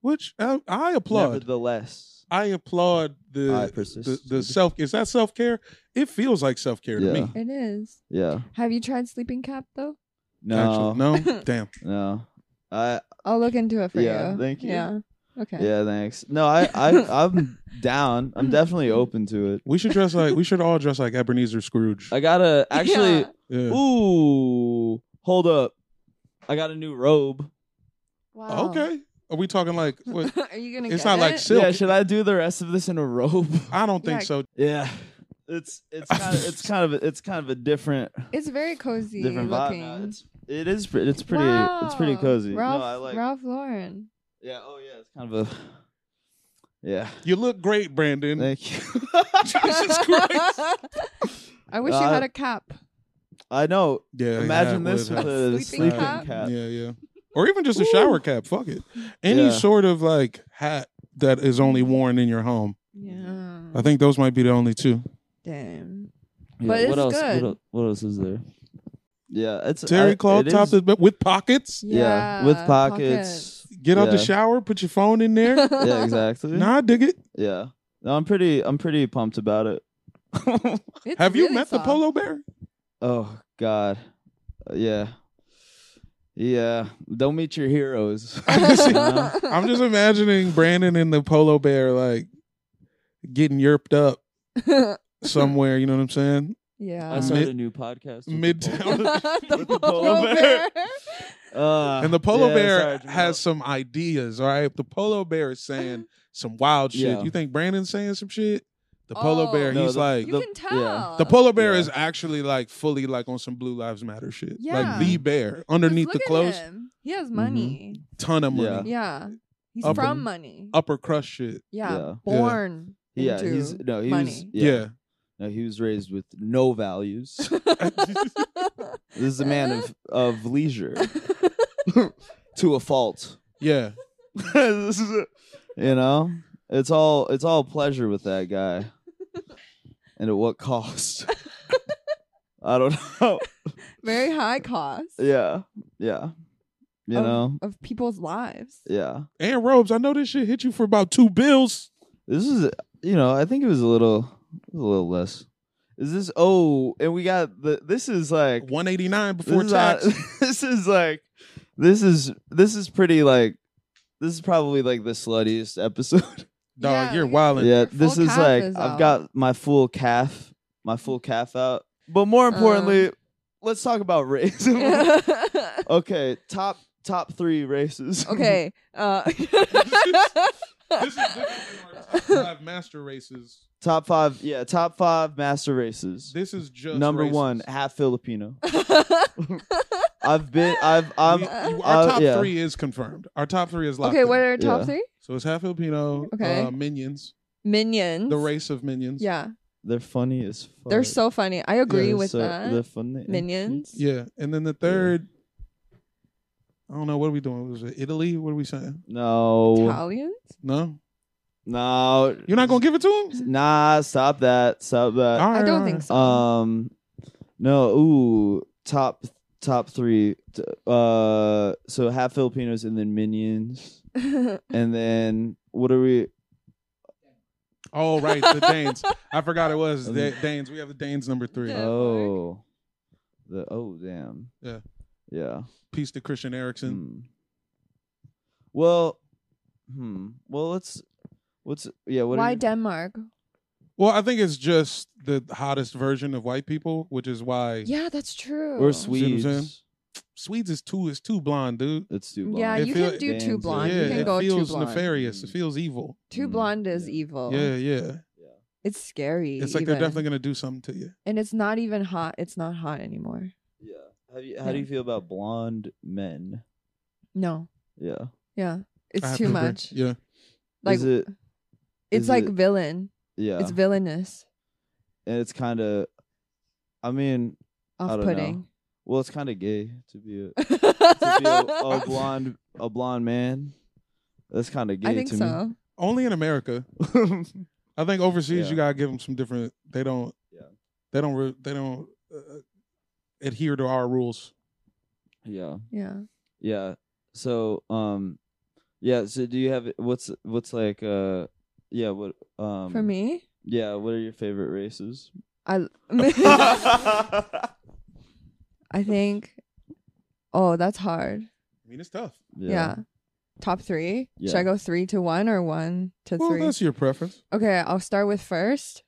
Which uh, I applaud.
Nevertheless,
I applaud the
I
the,
persist.
the self. Is that self care? It feels like self care to
Yeah.
me.
It is.
yeah.
Have you tried sleeping cap though?
No,
Actually,
[LAUGHS]
no, damn.
no. I
I'll look into it for
Yeah,
you.
thank you.
Yeah. Okay.
yeah. Thanks. No, I I I'm down. I'm definitely open to it.
We should dress like we should all dress like Ebenezer Scrooge.
I gotta actually.
[LAUGHS] Yeah.
Yeah.
Ooh, hold up. I got a new robe.
Wow. [LAUGHS]
Okay. Are we talking like? What,
Are you gonna?
it's
get
not like
it?
silk.
Yeah, should I do the rest of this in a robe?
[LAUGHS] I don't think
Yeah.
so.
yeah. It's it's kind of it's kind of a, it's kind of a different
It's very cozy
different vibe.
looking.
now. It's it is pre- it's pretty it's pretty
Wow.
cozy.
Ralph,
no, I like
Ralph Lauren.
[LAUGHS]
Yeah, oh yeah, it's kind of a Yeah.
You look great, Brandon.
Thank you.
[LAUGHS]
[LAUGHS]
Jesus Christ.
I wish you
Uh,
had a cap.
I know.
Yeah,
Imagine
hat
this
would
with
help.
a
Sleeping
sleeping
cap.
cap.
Yeah, yeah. Or even just a shower cap. Fuck it. Any
Yeah.
sort of like hat that is only worn in your home. I
Yeah.
think those might be the only two.
Damn.
Yeah,
But
what
it's
else?
good.
What, el- what else is there? Yeah, it's
Terry
I-
cloth
it
top
is-
to- with pockets.
yeah, with
Yeah,
pockets.
Get out the
Yeah.
shower, put your phone in
[LAUGHS]
there.
Yeah, exactly.
nah, dig it.
Yeah, no, I'm pretty. I'm pretty pumped about it.
[LAUGHS] It's
Have you
really
met the
soft.
polo bear?
oh God, Uh, yeah, yeah. Don't meet your
[LAUGHS]
heroes. you know?
I'm just imagining Brandon and the polo bear like getting yerped up somewhere, you know what
[LAUGHS]
I'm saying?
[LAUGHS]
[LAUGHS]
yeah.
I started a new podcast. with the
Midtown.
Polo-
[LAUGHS] the
the
polo
polo
bear.
[LAUGHS]
[LAUGHS]
Uh,
And the polo
yeah,
bear
sorry, Jamal.
has some ideas, all right? The polo bear is saying some wild shit.
Yeah.
You think Brandon's saying some shit? The polo
Oh.
bear,
No,
he's
the-
like
You
The-
can
yeah.
tell.
the polar bear
Yeah.
is actually like fully like on some Blue Lives Matter shit.
Yeah.
Like the bear
Just
underneath the
look at
clothes,
him. He
Mm-hmm.
has money.
ton of money,
Yeah. He's
Upper-
from money.
upper crust shit.
yeah.
Yeah.
Born.
yeah,
into
he's no, he was
[LAUGHS]
money.
yeah, no, he was raised with no values. this is a man of of leisure to a fault.
[LAUGHS] yeah,
this is a, you know, it's all it's all pleasure with that guy, and at what cost? I don't know.
[LAUGHS] Very high cost
Yeah, yeah, you
Of-
know,
of people's lives.
yeah.
And robes, I know this shit hit you for about two bills.
This is you know, I think it was a little, a little less. Is this? Oh, and we got the. This is like
One eighty nine before
this is, [LAUGHS]
tax.
not- this is like this is this is pretty like this is probably like the sluttiest episode.
Dog,
Yeah,
you're
look at
wilding.
yeah,
Your full
this is
calf
like
is
I've
out.
got my full calf, my full calf out. But more
Um,
importantly, let's talk about
[LAUGHS]
race. [LAUGHS]
[LAUGHS]
okay, top top three races.
okay. Uh, [LAUGHS]
This is different than our top five master races.
[LAUGHS] top five. Yeah, top five master races.
This is just
Number
races.
one, half Filipino. I've been.
[LAUGHS]
I've. I'm.
We- you- our
uh,
top
yeah.
three is confirmed. Our top three is locked.
okay,
in.
what are top
Yeah.
three?
So it's half Filipino,
Okay.
uh, minions,
Minions.
the race of minions.
Yeah,
They're funny as fuck.
they're so funny. I
Yeah,
agree
they're
with
so- They're
that.
funny.
Minions.
Yeah, and then the third, I don't know what are we doing. Was it Italy? What are we saying?
No.
Italians.
No,
No.
you're not gonna give it to him.
Nah, stop that. Stop that.
I don't think so. [LAUGHS]
Um, no. Ooh, top top three. t- Uh, so half Filipinos and then Minions, and then what are
[LAUGHS]
we?
Oh right, the Danes. I forgot it
[LAUGHS]
was
Um,
the Danes. We have the Danes number three.
Yeah.
Oh, the oh damn.
Yeah.
Yeah.
Peace to Christian Erickson.
Hmm. Well, hmm. Well, let's. What's yeah? What? are
Why
you-
Denmark?
Well, I think it's just the hottest version of white people, which is why
Yeah, that's true.
Or
what I'm saying?
Swedes.
Swedes is too is too blonde, dude.
It's too long.
Yeah,
It
you
feel-
can do
Dan's
too
a-
blonde.
Yeah,
you can
it
go too
feels
blonde.
nefarious. It feels evil.
Too
Mm,
blonde is
yeah.
evil.
Yeah, yeah.
It's scary.
It's like
Oh. E- even.
they're definitely gonna do something to you.
And it's not even hot. It's not hot anymore.
Yeah. Have you, how do you feel about blonde men?
No.
Yeah.
Yeah.
I
It's
have
too
to agree.
much.
Yeah.
Like
is it?
it's
is
like
it-
villain.
Yeah.
It's villainous.
and it's kind of, I mean, don't know.
Off [LAUGHS] putting.
well, it's kind of gay to be
[LAUGHS]
a, to be a, a
I
blonde a blonde man. That's kind of gay
think
to
so.
Only in
[LAUGHS]
America.
me.
I think overseas
Yeah.
you gotta give them some different. They don't.
Yeah.
They don't. Re, they don't uh, adhere to our rules.
yeah.
Yeah.
Yeah. So, um, yeah. So, do you have what's what's like? Uh, yeah. What? Um, [LAUGHS]
For me, [LAUGHS]
Yeah. What are your favorite races?
I
yeah.
I think Oh, that's hard.
I mean, it's tough.
Yeah. [LAUGHS] Top 3? Should
Yeah.
I go 3 to 1 or 1 to
Well,
3?
that's your preference. Mm-hmm.
Okay, I'll start with first.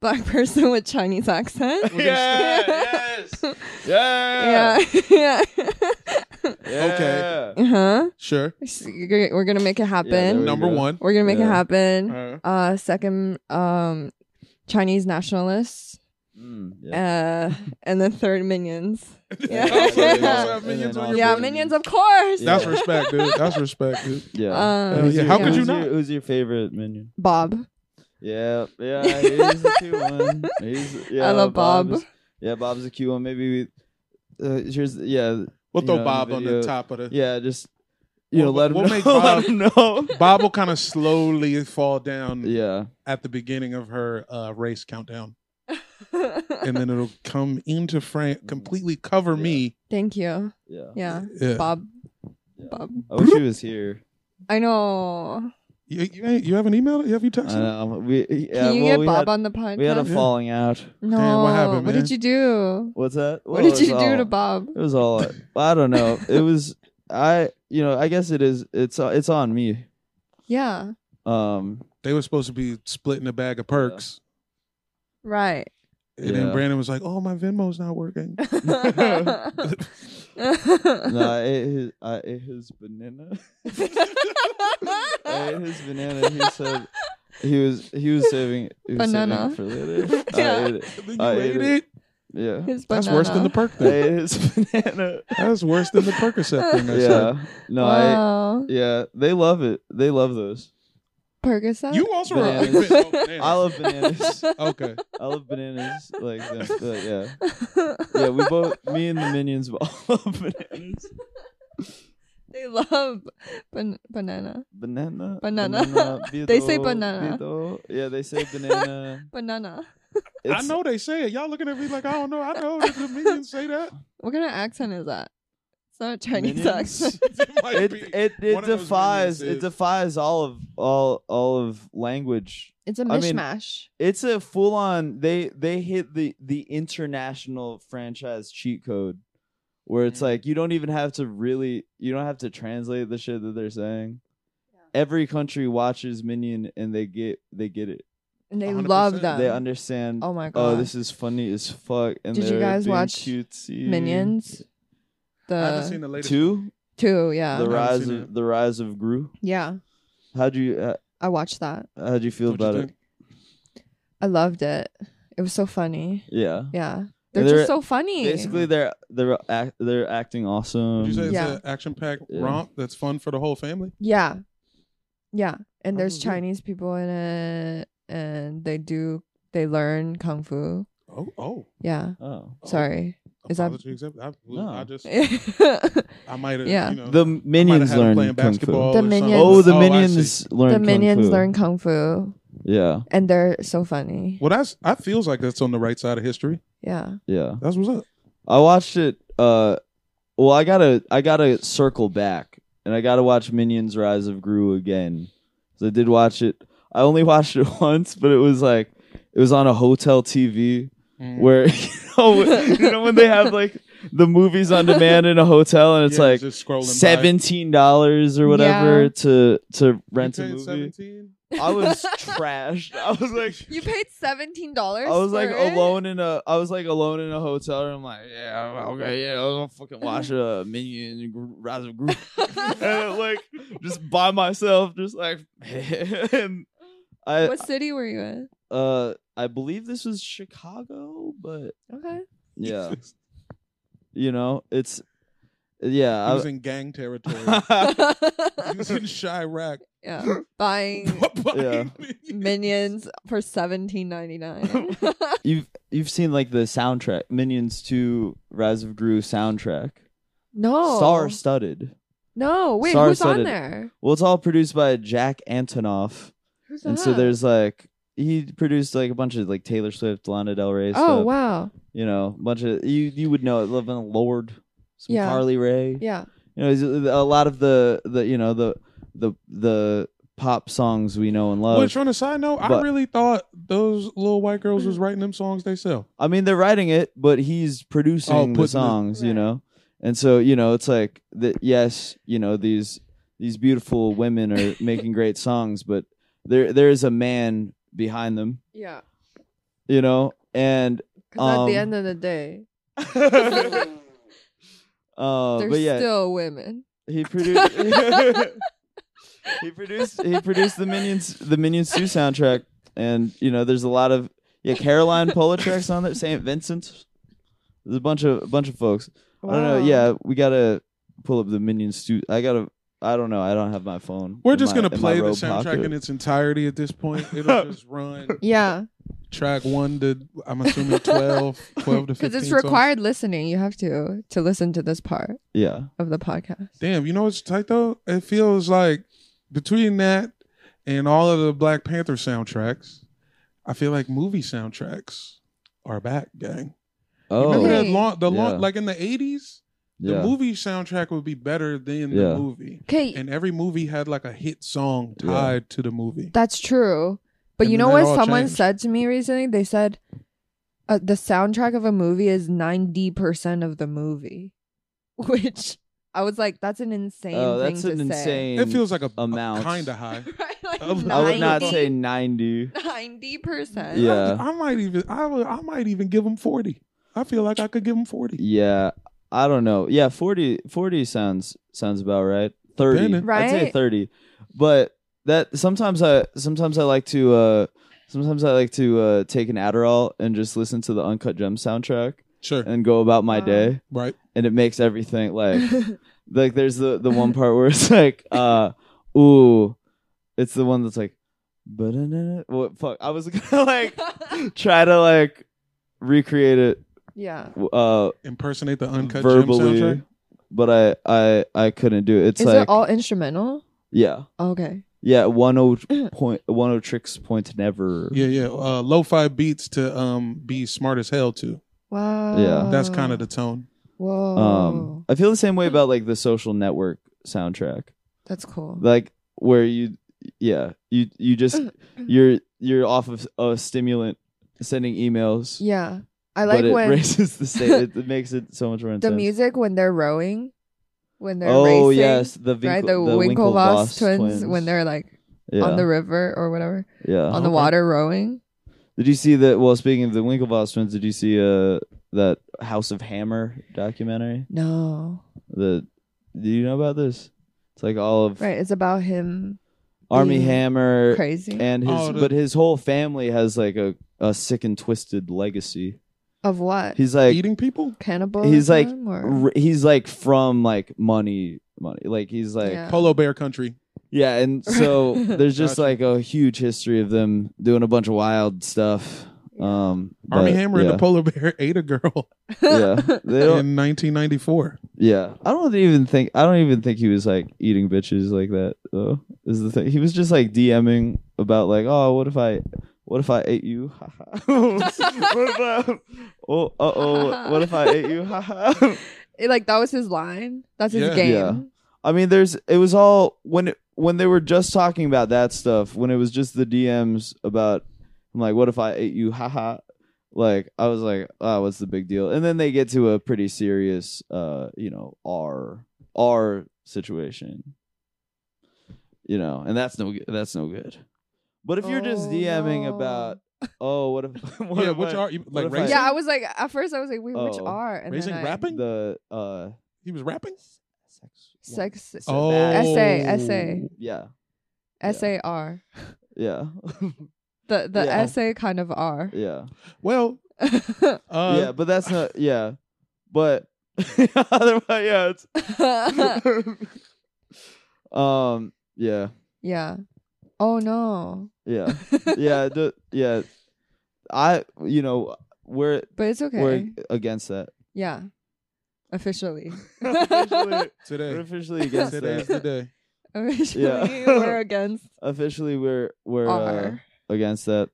Black [LAUGHS] person with Chinese
[LAUGHS]
accent.
yes.
[LAUGHS]
Yeah.
yeah. [LAUGHS] Yeah.
Okay.
uh huh.
Sure.
We're gonna make it
there
happen.
we
Number
go.
one.
We're gonna make it
Yeah.
happen.
Uh,
Uh, second, um, Chinese nationalists.
Mm,
[LAUGHS]
yeah.
Uh, and then third,
[LAUGHS]
minions. Oh, Yeah.
You also- you also
[LAUGHS] Yeah.
have minions on
And
your
Yeah,
then
board.
minions, of course.
Yeah.
That's respect, dude. That's respect, dude.
[LAUGHS] Yeah.
Um,
Hell Oh, yeah. How could
yeah.
you
who's your-
not?
who's your favorite minion?
[LAUGHS] Bob. [LAUGHS]
Yeah, yeah, he's the two one. He's, yeah,
love Bob.
is- yeah, Bob's a cute one. Maybe we, uh, here's yeah,
We'll
You
throw
know,
Bob on the
video-
top of the.
yeah. Just you know, let
We'll-
him
we'll
know. [LAUGHS]
make
let him know.
Bob will kind of slowly fall down
yeah,
at the beginning of her uh, race countdown, and then it'll come into frame, completely cover
Yeah.
me.
[LAUGHS] Thank you.
yeah.
Yeah.
Yeah.
Bob.
Yeah.
Bob.
I wish he was here.
I know.
You, you, ain't- you haven't emailed it? You haven't
I
[LAUGHS] texted it?
know. We yeah.
Can you
well,
get
we
Bob
had,
on the podcast?
we had a
Yeah.
falling out.
no.
Damn, what happened,
What
man?
did you do?
What's that? Well,
What did you
it's
do
all-
to Bob?
It was all. I don't know.
[LAUGHS]
It was. I you know. I guess it is. It's it's on me.
Yeah. [LAUGHS]
Um.
They were supposed to be splitting a bag of perks.
Right. [LAUGHS]
And then
Yeah.
Brandon was like, oh, my Venmo's not working.
[LAUGHS] No, I ate his. I ate his banana. I ate Eh, his banana. He
[LAUGHS]
said he was he was saving he was saving
Banana.
it for
[LAUGHS]
later. I
Yeah.
ate it.
you
I
ate
ate
it.
it. Yeah. [LAUGHS]
His
That's worse than the
banana.
perk
I [LAUGHS]
thing.
ate his banana.
That's worse than the Percocet thing. I said.
Yeah. No, I
wow.
yeah, they love it. They love those.
Percocet? [LAUGHS]
You also are a big
Bananas.
Venmo. Bananas.
[LAUGHS] I love bananas.
Okay.
I love bananas. Like them. But yeah. Yeah, we both me and the minions [LAUGHS] both love bananas.
They love ban- banana.
Banana.
Banana. [LAUGHS] They say banana.
bido. Yeah, they say banana.
Banana.
I know they say it. Y'all looking at me like, I don't know. I know that the minions say that. [LAUGHS]
What kind of accent is that? It's not a Chinese
Minions?
accent.
It might
it
be.
it, it
one of those
defies
minions
it
is-
defies all of all all of language.
It's a
I mean-
mishmash.
It's a full on they they hit the the international franchise cheat code where it's
Mm-hmm.
Mhm.
like you don't even have to really you don't have to translate the shit that they're saying. Every country watches Minion and they get they get it.
and they
100%.
love them.
They understand. Oh,
oh my god.
this is funny as fuck. And
Did you
they're
guys
being
watch
cutesy.
Minions.
I haven't
The
seen the latest.
two?
two, yeah.
the
haven't
rise
seen
of
it.
the rise of Gru.
yeah.
How'd you uh,
I watched that.
how'd you feel
What'd you
about it?
think?
I loved it. It was so funny.
Yeah.
Yeah. They're,
They're-
just so funny.
Basically, they're they're act, they're acting awesome.
Would you say it's
Yeah.
an action-packed
Yeah.
romp that's fun for the whole family?
Yeah. Yeah. And there's
Oh, yeah.
Chinese people in it and they do they learn kung fu.
Oh, oh.
Yeah.
oh,
[LAUGHS] Sorry. Is that-
Apology accepted. I,
No.
I
[LAUGHS]
just,
the
I might have,
Yeah.
you know,
the
I might have
minions
had him
learn
playing
kung
basketball.
fu.
The
or something.
Minions.
Oh, the
I see.
minions learn. kung
minions
fu.
learn kung fu
Yeah,
and they're so funny.
Well, that's I feels like that's on the right side of history.
Yeah.
yeah.
That's what's up.
I watched it. Uh, well, I gotta I gotta circle back, and I gotta watch Minions: Rise of Gru again. 'Cause I did watch it. I only [LAUGHS] watched it once, but it was like it was on a hotel TV
Mm.
where [LAUGHS] you
[LAUGHS]
know, you know when they have like the movies on demand in a hotel, and it's
Yeah,
like
just scrolling by.
seventeen dollars or whatever
Yeah.
to to
You
rent a
paid
movie.
17?
I
[LAUGHS]
was trashed. I was like,
You paid seventeen dollars.
I was like alone in a, I was like alone in a hotel room. Like, yeah, okay, yeah, I'll fucking watch
[LAUGHS]
a Minion Gr- Rise of Group, and [LAUGHS] like just by myself, just like, [LAUGHS] and I,
What city were you in?
uh, I believe this was Chicago, but [LAUGHS]
Okay.
[LAUGHS]
yeah,
He
you know, it's, yeah, I,
was in
[LAUGHS]
gang territory. he was in Chirac.
[LAUGHS]
[LAUGHS]
yeah. Buying
Buying minions.
minions for seventeen ninety nine.
You've you've seen like the soundtrack, Minions Two, Rise of Gru soundtrack,
[LAUGHS]
Oh.
no.
star studded.
No. Wait,
Star
who's on
studded.
there?
Well, it's all produced by Jack Antonoff,
Who's
and so
that?
there's like he produced like a bunch of like Taylor Swift, Lana Del Rey.
Oh
stuff,
wow.
You know, a bunch of you you would know it. Living Lord, some
Yeah.
Carly Rae.
Yeah.
You know, he's- uh, a lot of the the you know the the the pop songs we know and love.
Which, on a side note, I
Uh, but-
really thought those little white girls was writing them songs they [LAUGHS]
[LAUGHS]
sell.
I mean, they're writing it, but he's producing
Oh, putting
the
the-
songs, you
Right.
know. And so, you know, it's like that. Yes, you know these these beautiful women are making great songs, but there there is a man behind them,
Yeah.
you know. And
Because at
Um,
the end of the day,
uh,
they're
but yeah,
still women.
he produced
[LAUGHS]
he produced he produced the Minions the Minions Two soundtrack, and you know, there's a lot of yeah Caroline Polachek's on there, Saint Vincent. There's a bunch of a bunch of folks. I don't know.
Wow.
Yeah, we gotta pull up the Minions too. I gotta. I don't know. I don't have my phone.
We're
in
just
my-
gonna
in my
play the
robe
soundtrack
pocket.
[LAUGHS]
in its entirety at this point. It'll just run.
Yeah.
track one to I'm assuming 12,
[LAUGHS]
12 to fifteen.
because it's
songs?
required listening. You have to to listen to this part
Yeah.
of the podcast.
Damn, you know what's tight though? It feels like between that and all of the Black Panther soundtracks, I feel like movie soundtracks are back, gang.
Oh.
Remember that
Okay.
long, the long,
Yeah.
like in the eighties,
Yeah.
the movie soundtrack would be better than
Yeah.
the movie,
Okay,
and every movie had like a hit song
Yeah.
tied to the movie.
That's true. But
And
you
then
know
that
what
all
someone
changed.
said to me recently? They said uh, the soundtrack of a movie is 90% of the movie, [LAUGHS] which I was like, that's an insane
Oh,
thing
that's
to
an
say.
insane.
it feels like a,
amount.
kind of high.
[LAUGHS] Right? Like
I would
I would not
90
say ninety.
90%.
Yeah.
I, I might even, I, would- I might even give him forty. I feel like I could give him forty.
Yeah, I don't know. Yeah, 40, 40 sounds sounds about right. Thirty,
Depending.
I'd say
Right?
thirty. But that sometimes I sometimes I like to uh sometimes I like to uh take an Adderall and just listen to the Uncut Gem soundtrack
Sure,
and go about my
Wow.
day,
right.
and it makes everything
[LAUGHS]
like like there's the the one part where it's like uh ooh, it's the one that's like, but what fuck? I was [LAUGHS] gonna like try to like recreate it
yeah. [LAUGHS]
uh
Impersonate the uncut
verbally,
Gem soundtrack.
but I I I couldn't do it. It's
Is
like
it all instrumental?
yeah,
Okay.
yeah. One
[CLEARS THROAT]
oh point one oh tricks point never.
Yeah, yeah. Uh, lo-fi beats to um be smart as hell too.
Wow.
That's kind of the tone.
Whoa.
Um, I feel the same way about like the social network soundtrack,
that's cool.
like where you yeah you you
[CLEARS THROAT]
just you're you're off of a stimulant sending emails.
yeah. I like
but it
when.
raises the state. It, it makes it so much more
[LAUGHS] the
intense.
music when they're rowing, when they're
oh
racing,
yes, the, Winkle,
right? The,
the
Winklevoss twins, when
twins.
they're like
yeah, Uh-huh.
on the river or whatever,
yeah.
on the
Okay.
water rowing.
Did you see that? Well, speaking of the Winklevoss twins, did you see uh that House of Hammer documentary?
No,
The do you know about this? It's like all of
right? It's about him
Army
being
Hammer
crazy
and his,
Oh, the-
but his whole family has like a a sick and twisted legacy.
of what
He's like
Eating people.
cannibalism.
he's like
or,
r- he's like from like money money like he's like yeah,
Yeah.
Polo Bear Country.
[LAUGHS]
and so there's just
Gotcha.
like a huge history of them doing a bunch of wild stuff. Um,
Army
but,
Hammer
yeah,
and the Polar Bear [LAUGHS] ate a girl [LAUGHS]
yeah, [LAUGHS] they don't
in 1994.
Yeah, I don't even think I don't even think he was like eating bitches like that though. Is the thing he was just like DMing about like, oh, what if I, what if I ate you? [LAUGHS] Ha ha. what if I, oh, uh oh, what if I ate you? [LAUGHS] Ha ha.
[LAUGHS] It- like that was his line. That's his
Yeah.
game.
Yeah. I mean, there's it was all when it, when they were just talking about that stuff when it was just the DMs about I'm like, what if I ate you? [LAUGHS] Ha ha. Like I was like, ah, what's the big deal? And then they get to a pretty serious, uh, you know, R R situation. You know, and that's no good. That's no good. But if you're just
Oh,
DMing
no.
about, oh, what if, [LAUGHS] what
yeah,
if
which
I-
are you like
if I-
raising?
Yeah, I was like at first I was like, wait, which
Oh.
are and
raising
then I-
rapping.
the uh,
he was rapping.
Sex
Oh,
Essay, essay.
yeah, Yeah.
S A R.
yeah,
The the
Yeah.
essay kind
[LAUGHS]
of R.
yeah.
Well, uh,
yeah, but that's not. Yeah, but [LAUGHS] otherwise, yeah. It's, [LAUGHS] um. Yeah.
yeah. Oh no.
Yeah. Yeah. the- yeah. I. You know. We're
But it's okay.
we're against that.
Yeah.
[LAUGHS]
Officially. [LAUGHS]
officially, we're
today,
officially against
today's
that.
the day.
Officially
Yeah.
we're against
Officially, we're [LAUGHS] we're uh,
R.
against that.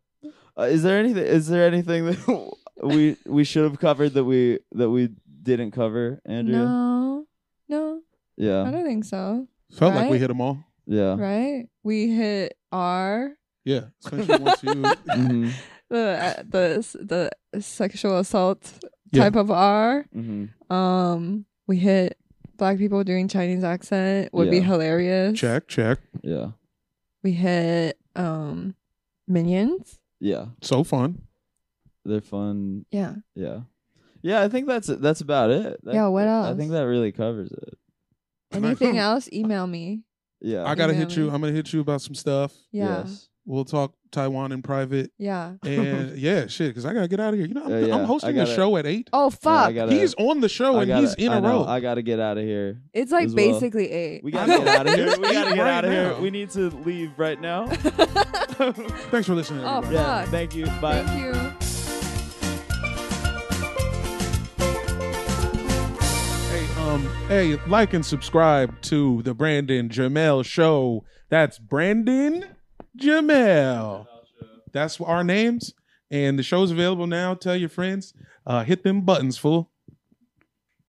Uh, is there anything? Is there anything that [LAUGHS] we we should have covered that we that we didn't cover, Andrea?
No. No. I
Yeah.
don't think so.
Felt like we
Right?
hit them all.
Yeah.
Right? We hit R.
Yeah, especially once you. [LAUGHS]
hmm
The the the sexual assault
Yeah.
type of R.
hmm
Um we hit black people doing Chinese accent would be
Yeah.
hilarious.
Check, check.
Yeah.
We hit um minions.
Yeah.
So fun.
They're fun.
Yeah.
Yeah. Yeah, I think that's that's about it. That-
Yeah, what
I think
else?
that really covers it. Hmm.
Anything else? Email me.
Yeah.
I gotta
Email
hit you.
me.
I'm gonna hit you about some stuff.
Yeah.
Yes.
We'll talk Taiwan in
[LAUGHS]
private.
Yeah.
And yeah, shit, because I gotta get out of here. You know, I'm,
Uh, yeah,
I'm hosting
I
the
gotta-
show at eight.
Yeah,
Oh
I
fuck.
gotta-
He's on the show
I
and
gotta-
he's in
I
a
know,
row.
I gotta get out of here.
it's like
as well.
basically eight.
We
I
gotta
know.
get out of here. We gotta get
Right
out of
now.
here. We need to leave right
[LAUGHS]
now.
Thanks for listening,
Oh,
everybody.
yeah.
Fuck.
Thank you. Bye.
Thank you.
Hey, um, hey, like and subscribe to the Brandon Jamel Show. That's Brandon Jamel. That's our names, and the show's available now. Tell your friends. Uh, hit them buttons, fool.